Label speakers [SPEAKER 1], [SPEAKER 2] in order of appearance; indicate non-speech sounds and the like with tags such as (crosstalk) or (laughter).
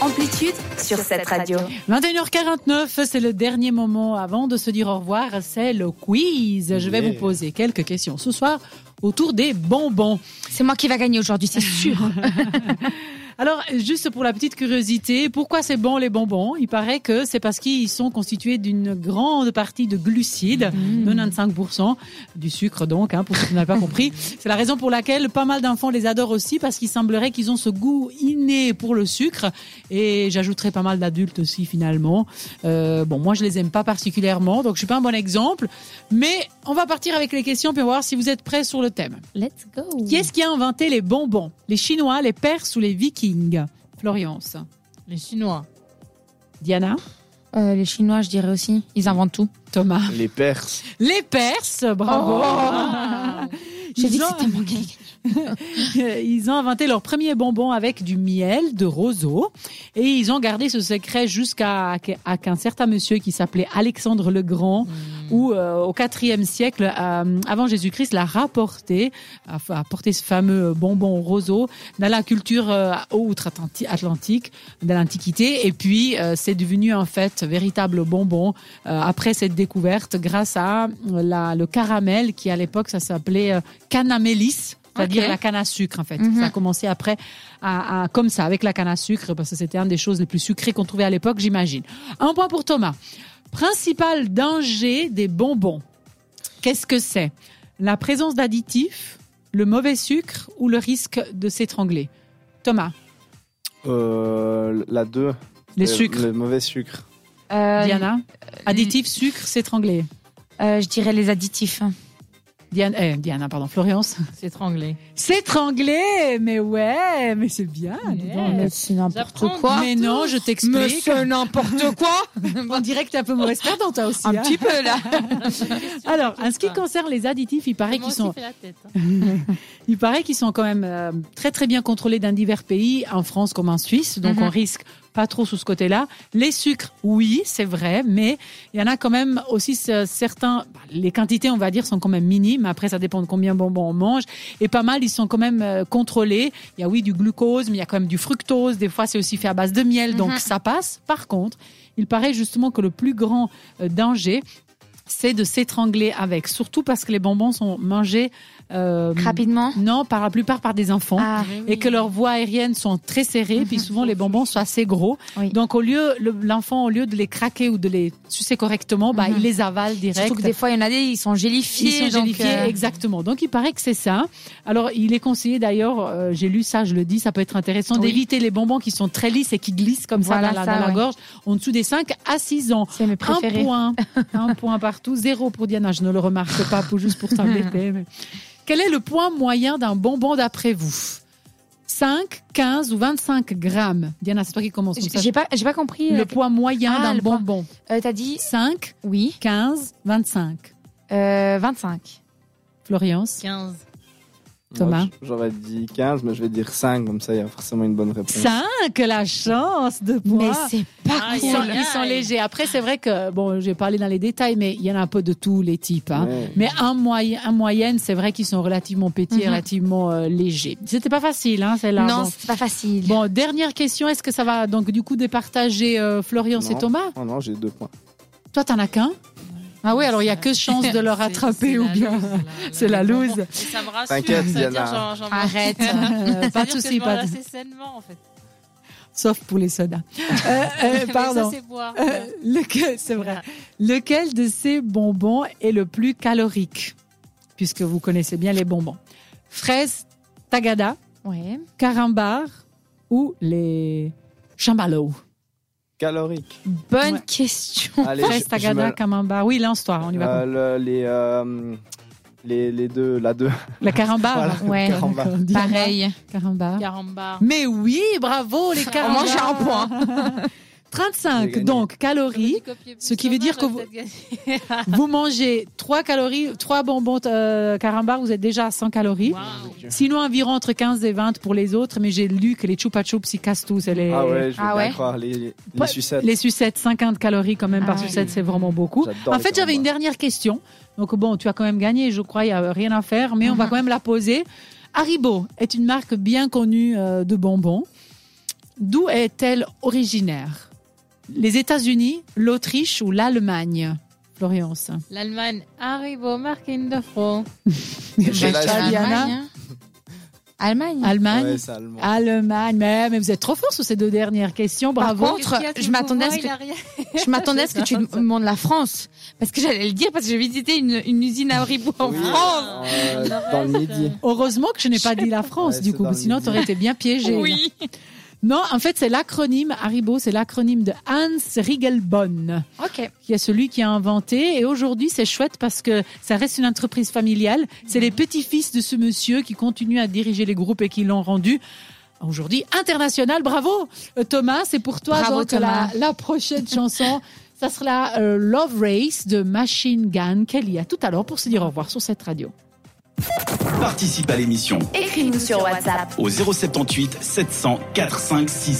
[SPEAKER 1] Amplitude sur cette radio.
[SPEAKER 2] 21h49, c'est le dernier moment avant de se dire au revoir, c'est le quiz. Je vais
[SPEAKER 3] Yeah.
[SPEAKER 2] vous poser quelques questions ce soir autour des bonbons.
[SPEAKER 1] C'est moi qui va gagner aujourd'hui, (laughs) c'est sûr.
[SPEAKER 2] Alors, juste pour la petite curiosité, pourquoi c'est bon les bonbons Il paraît que c'est parce qu'ils sont constitués d'une grande partie de glucides, 95% du sucre donc, hein, pour ceux qui n'avaient pas compris. C'est la raison pour laquelle pas mal d'enfants les adorent aussi, parce qu'il semblerait qu'ils ont ce goût inné pour le sucre, et j'ajouterais pas mal d'adultes aussi finalement. Euh, bon, moi je les aime pas particulièrement, donc je suis pas un bon exemple, mais on va partir avec les questions, puis on va voir si vous êtes prêts sur le thème.
[SPEAKER 1] Let's go.
[SPEAKER 2] Qui est-ce qui a inventé les bonbons Les Chinois, les Perses ou les Vikings Florence.
[SPEAKER 4] Les Chinois.
[SPEAKER 2] Diana
[SPEAKER 1] Euh, les Chinois, je dirais aussi. Ils inventent tout.
[SPEAKER 2] Thomas.
[SPEAKER 3] Les
[SPEAKER 2] (laughs)
[SPEAKER 3] Perses.
[SPEAKER 2] Les Perses, bravo Ah.
[SPEAKER 1] Oh. J'ai dit
[SPEAKER 2] ils,
[SPEAKER 1] que c'était
[SPEAKER 2] ont,
[SPEAKER 1] moi qui allais gagner.
[SPEAKER 2] (laughs) ils ont inventé leur premier bonbon avec du miel de roseau et ils ont gardé ce secret jusqu'à à qu'un certain monsieur qui s'appelait Alexandre le Grand ou euh, au IVe siècle euh, avant Jésus-Christ l'a rapporté, a, a porté ce fameux bonbon roseau dans la culture euh, outre-Atlantique, dans l'Antiquité. Et puis, euh, c'est devenu en fait véritable bonbon euh, après cette découverte grâce à euh, la, le caramel qui à l'époque ça s'appelait euh, canamélis. C'est-à-dire
[SPEAKER 4] Ok.
[SPEAKER 2] la canne à sucre, en fait.
[SPEAKER 1] Mhm.
[SPEAKER 2] Ça a commencé après, à, à- comme ça, avec la canne à sucre, parce que c'était une des choses les plus sucrées qu'on trouvait à l'époque, j'imagine. Un point pour Thomas. Principal danger des bonbons. Qu'est-ce que c'est La présence d'additifs, le mauvais sucre ou le risque de s'étrangler Thomas,
[SPEAKER 3] Euh, la 2.
[SPEAKER 2] les sucres.
[SPEAKER 3] Euh, Le mauvais sucre.
[SPEAKER 1] Euh,
[SPEAKER 2] Diana, additifs, sucre, s'étrangler.
[SPEAKER 1] euh, je dirais les additifs.
[SPEAKER 2] Diana, eh, Diana, pardon, Florence.
[SPEAKER 4] S'étrangler.
[SPEAKER 2] S'étrangler, mais ouais, mais c'est bien. dis
[SPEAKER 4] Yeah.
[SPEAKER 2] donc.
[SPEAKER 1] Mais c'est n'importe
[SPEAKER 4] J'apprends.
[SPEAKER 1] quoi.
[SPEAKER 2] Mais non, je
[SPEAKER 1] Mais
[SPEAKER 2] t'explique.
[SPEAKER 1] c'est n'importe quoi.
[SPEAKER 2] En direct, t'es un peu mauvaise perdante, toi aussi.
[SPEAKER 1] Un
[SPEAKER 2] hein.
[SPEAKER 1] petit peu là.
[SPEAKER 2] Alors, en ce qui concerne les additifs, il paraît qu'ils sont,
[SPEAKER 4] la tête. hein.
[SPEAKER 2] il paraît qu'ils sont quand même euh, très très bien contrôlés dans divers pays, en France comme en Suisse, donc
[SPEAKER 1] Mhm.
[SPEAKER 2] on risque pas trop sous ce côté-là. Les sucres, oui, c'est vrai, mais il y en a quand même aussi ce- certains. bah, Les quantités, on va dire, sont quand même minimes. Après, ça dépend de combien de bonbons on mange. Et pas mal, ils sont quand même euh, contrôlés. Il y a oui du glucose, mais il y a quand même du fructose. Des fois, c'est aussi fait à base de miel, donc
[SPEAKER 1] Mhm.
[SPEAKER 2] ça passe. Par contre, il paraît justement que le plus grand euh, danger c'est de s'étrangler avec, surtout parce que les bonbons sont mangés euh,
[SPEAKER 1] Rapidement.
[SPEAKER 2] non, par la plupart par des enfants.
[SPEAKER 1] Ah, Mhm.
[SPEAKER 2] Et que leurs voies aériennes sont très serrées, puis souvent les bonbons sont assez gros.
[SPEAKER 1] Oui.
[SPEAKER 2] Donc au lieu, le- l'enfant au lieu de les craquer ou de les sucer correctement, bah,
[SPEAKER 1] Mhm.
[SPEAKER 2] il les avale direct.
[SPEAKER 1] surtout que des fois, il y en a des, ils sont
[SPEAKER 2] Ils
[SPEAKER 1] gélifiés.
[SPEAKER 2] sont
[SPEAKER 1] donc,
[SPEAKER 2] gélifiés,
[SPEAKER 1] euh,
[SPEAKER 2] exactement. Donc il paraît que c'est ça. Alors il est conseillé d'ailleurs, euh, j'ai lu ça, je le dis, ça peut être intéressant
[SPEAKER 1] Oui.
[SPEAKER 2] d'éviter les bonbons qui sont très lisses et qui glissent comme
[SPEAKER 1] Voilà
[SPEAKER 2] ça dans, la,
[SPEAKER 1] ça,
[SPEAKER 2] dans la
[SPEAKER 1] ouais.
[SPEAKER 2] gorge, en dessous des 5 à 6 ans.
[SPEAKER 1] C'est mes
[SPEAKER 2] Un
[SPEAKER 1] préférés.
[SPEAKER 2] (laughs) point, un point partout, zéro pour Diana. Je ne le remarque pas, pour, juste pour t'embêter. mais- Quel est le poids moyen d'un bonbon d'après vous 5, 15 ou 25 grammes Diana, c'est toi qui commence. comme ça.
[SPEAKER 1] J'ai pas, j'ai pas compris.
[SPEAKER 2] Le
[SPEAKER 1] euh,
[SPEAKER 2] poids moyen
[SPEAKER 1] Ah,
[SPEAKER 2] d'un
[SPEAKER 1] le poids.
[SPEAKER 2] bonbon
[SPEAKER 1] euh, T'as dit
[SPEAKER 2] 5,
[SPEAKER 1] oui.
[SPEAKER 2] 15, 25.
[SPEAKER 1] Euh, 25.
[SPEAKER 2] Florence
[SPEAKER 4] 15.
[SPEAKER 2] Thomas.
[SPEAKER 3] Moi, J'aurais dit 15, mais je vais dire 5, comme ça il y a forcément une bonne réponse.
[SPEAKER 2] 5, la chance de
[SPEAKER 1] Mais
[SPEAKER 2] poids
[SPEAKER 1] c'est pas
[SPEAKER 4] Ah,
[SPEAKER 2] ils
[SPEAKER 4] Aïe,
[SPEAKER 2] sont,
[SPEAKER 1] cool.
[SPEAKER 4] aïe,
[SPEAKER 2] ils sont
[SPEAKER 4] aïe.
[SPEAKER 2] légers. Après, c'est vrai que, bon, j'ai parlé dans les détails, mais il y en a un peu de tous les types. Hein.
[SPEAKER 3] Ouais.
[SPEAKER 2] Mais en, moy- en moyenne, c'est vrai qu'ils sont relativement petits, et
[SPEAKER 1] Mhm.
[SPEAKER 2] relativement euh, légers. C'était pas facile, hein, celle-là.
[SPEAKER 1] Non,
[SPEAKER 2] bon.
[SPEAKER 1] c'est pas facile.
[SPEAKER 2] Bon, dernière question. Est-ce que ça va donc du coup départager euh, Florian et
[SPEAKER 3] Non.
[SPEAKER 2] Thomas
[SPEAKER 3] Oh non, j'ai deux points.
[SPEAKER 2] Toi, t'en as qu'un Ah oui, alors il y a que chance de le
[SPEAKER 4] C'est-
[SPEAKER 2] rattraper
[SPEAKER 4] c'est
[SPEAKER 2] ou
[SPEAKER 4] la
[SPEAKER 2] bien. (laughs) Euh, c'est la
[SPEAKER 4] loose, là, là, mais bon,
[SPEAKER 2] loose.
[SPEAKER 4] bon, et Ça me rassure.
[SPEAKER 3] T'inquiète,
[SPEAKER 4] ça veut dire
[SPEAKER 3] Diana.
[SPEAKER 4] j'en- j'en mange.
[SPEAKER 1] Arrête.
[SPEAKER 2] Euh,
[SPEAKER 4] Ça
[SPEAKER 2] pas
[SPEAKER 4] veut
[SPEAKER 2] de
[SPEAKER 4] dire que
[SPEAKER 2] souci,
[SPEAKER 4] je mange
[SPEAKER 2] pas de-
[SPEAKER 4] assez sainement en fait.
[SPEAKER 2] sauf pour les
[SPEAKER 4] (laughs)
[SPEAKER 2] sodas. Euh, euh,
[SPEAKER 4] Mais
[SPEAKER 2] pardon.
[SPEAKER 4] Ça c'est Ah. boire.
[SPEAKER 2] Euh, lequel, (laughs) c'est vrai.
[SPEAKER 4] Voilà.
[SPEAKER 2] Lequel de ces bonbons est le plus calorique Puisque vous connaissez bien les bonbons. Fraise, tagada,
[SPEAKER 1] Ouais.
[SPEAKER 2] carambar ou les chamallows (laughs)
[SPEAKER 3] Calorique.
[SPEAKER 1] Bonne
[SPEAKER 2] Ouais.
[SPEAKER 1] question.
[SPEAKER 3] Allez,
[SPEAKER 2] Fraise,
[SPEAKER 3] je- je
[SPEAKER 2] tagada,
[SPEAKER 3] me-
[SPEAKER 2] carambar. Oui, lance-toi, on y va.
[SPEAKER 3] Euh, le- les, euh, les, les deux, la 2.
[SPEAKER 2] La carambar.
[SPEAKER 1] Voilà, Ouais.
[SPEAKER 3] carambar.
[SPEAKER 2] D'accord, dis-
[SPEAKER 1] Pareil.
[SPEAKER 2] Carambar.
[SPEAKER 4] Carambar.
[SPEAKER 2] Mais oui, bravo les
[SPEAKER 1] Au
[SPEAKER 2] carambars.
[SPEAKER 1] moins, j'ai un point.
[SPEAKER 2] (laughs) 35,
[SPEAKER 3] J'ai
[SPEAKER 2] donc
[SPEAKER 4] J'aurais
[SPEAKER 2] calories.
[SPEAKER 4] dû copier plus
[SPEAKER 2] ce qui veut
[SPEAKER 4] Thomas,
[SPEAKER 2] dire que
[SPEAKER 4] j'aurais
[SPEAKER 2] vous-
[SPEAKER 4] peut-être gagné.
[SPEAKER 2] Vous mangez 3 calories, 3 bonbons euh, carambars, vous êtes déjà à 100 calories.
[SPEAKER 4] Waouh.
[SPEAKER 2] Sinon, environ entre 15 et 20 pour les autres, mais j'ai lu que les chupa chups, ils cassent tous. Et les,
[SPEAKER 3] Ah ouais, je vais
[SPEAKER 1] Ah
[SPEAKER 3] bien
[SPEAKER 1] ouais.
[SPEAKER 3] croire. Les, les,
[SPEAKER 2] Pas-
[SPEAKER 3] sucettes.
[SPEAKER 2] les sucettes, 50 calories quand même par
[SPEAKER 1] Ah ouais.
[SPEAKER 2] sucette, c'est vraiment beaucoup.
[SPEAKER 3] J'adore
[SPEAKER 2] En
[SPEAKER 3] les
[SPEAKER 2] fait, j'avais une
[SPEAKER 3] carambars.
[SPEAKER 2] dernière question. Donc bon, tu as quand même gagné, je crois, il n'y a rien à faire, mais on va
[SPEAKER 1] Mhm.
[SPEAKER 2] quand même la poser. Haribo est une marque bien connue euh, de bonbons. D'où est-elle originaire Les États-Unis, l'Autriche ou l'Allemagne Florence.
[SPEAKER 4] L'Allemagne arrive au Marken de Fro.
[SPEAKER 3] J'ai la-
[SPEAKER 2] Aliana.
[SPEAKER 1] Allemagne. Allemagne.
[SPEAKER 2] Allemagne
[SPEAKER 3] Ouais, c'est allemand.
[SPEAKER 2] Ah, Allemagne, mais, mais vous êtes trop fort sur ces deux dernières questions,
[SPEAKER 1] Par
[SPEAKER 2] bravo.
[SPEAKER 1] contre, je m'attendais à ce que- (laughs) Je m'attendais à ce que tu me demandes la France. Parce que j'allais le dire, parce que j'ai visité une, une usine à Haribo en
[SPEAKER 3] Oui,
[SPEAKER 1] France.
[SPEAKER 3] euh, dans le midi.
[SPEAKER 2] Heureusement que je n'ai pas dit la France,
[SPEAKER 3] Ouais,
[SPEAKER 2] du
[SPEAKER 3] c'est
[SPEAKER 2] coup,
[SPEAKER 3] dans le
[SPEAKER 2] sinon
[SPEAKER 3] midi.
[SPEAKER 2] tu aurais été bien piégé.
[SPEAKER 1] Oui.
[SPEAKER 2] Non, en fait, c'est l'acronyme Haribo, c'est l'acronyme de Hans Riegelbonn,
[SPEAKER 1] Ok.
[SPEAKER 2] qui est celui qui a inventé. Et aujourd'hui, c'est chouette parce que ça reste une entreprise familiale. C'est les petits-fils de ce monsieur qui continuent à diriger les groupes et qui l'ont rendu. Aujourd'hui, international, bravo Euh, Thomas, c'est pour toi
[SPEAKER 1] Bravo,
[SPEAKER 2] donc la,
[SPEAKER 1] Thomas.
[SPEAKER 2] la prochaine chanson. Ça sera euh, Love Race de Machine Gun Kelly. À tout à l'heure pour se dire au revoir sur cette radio.
[SPEAKER 5] Participe à l'émission
[SPEAKER 6] Écris-nous sur WhatsApp.
[SPEAKER 5] au 078 700 4566.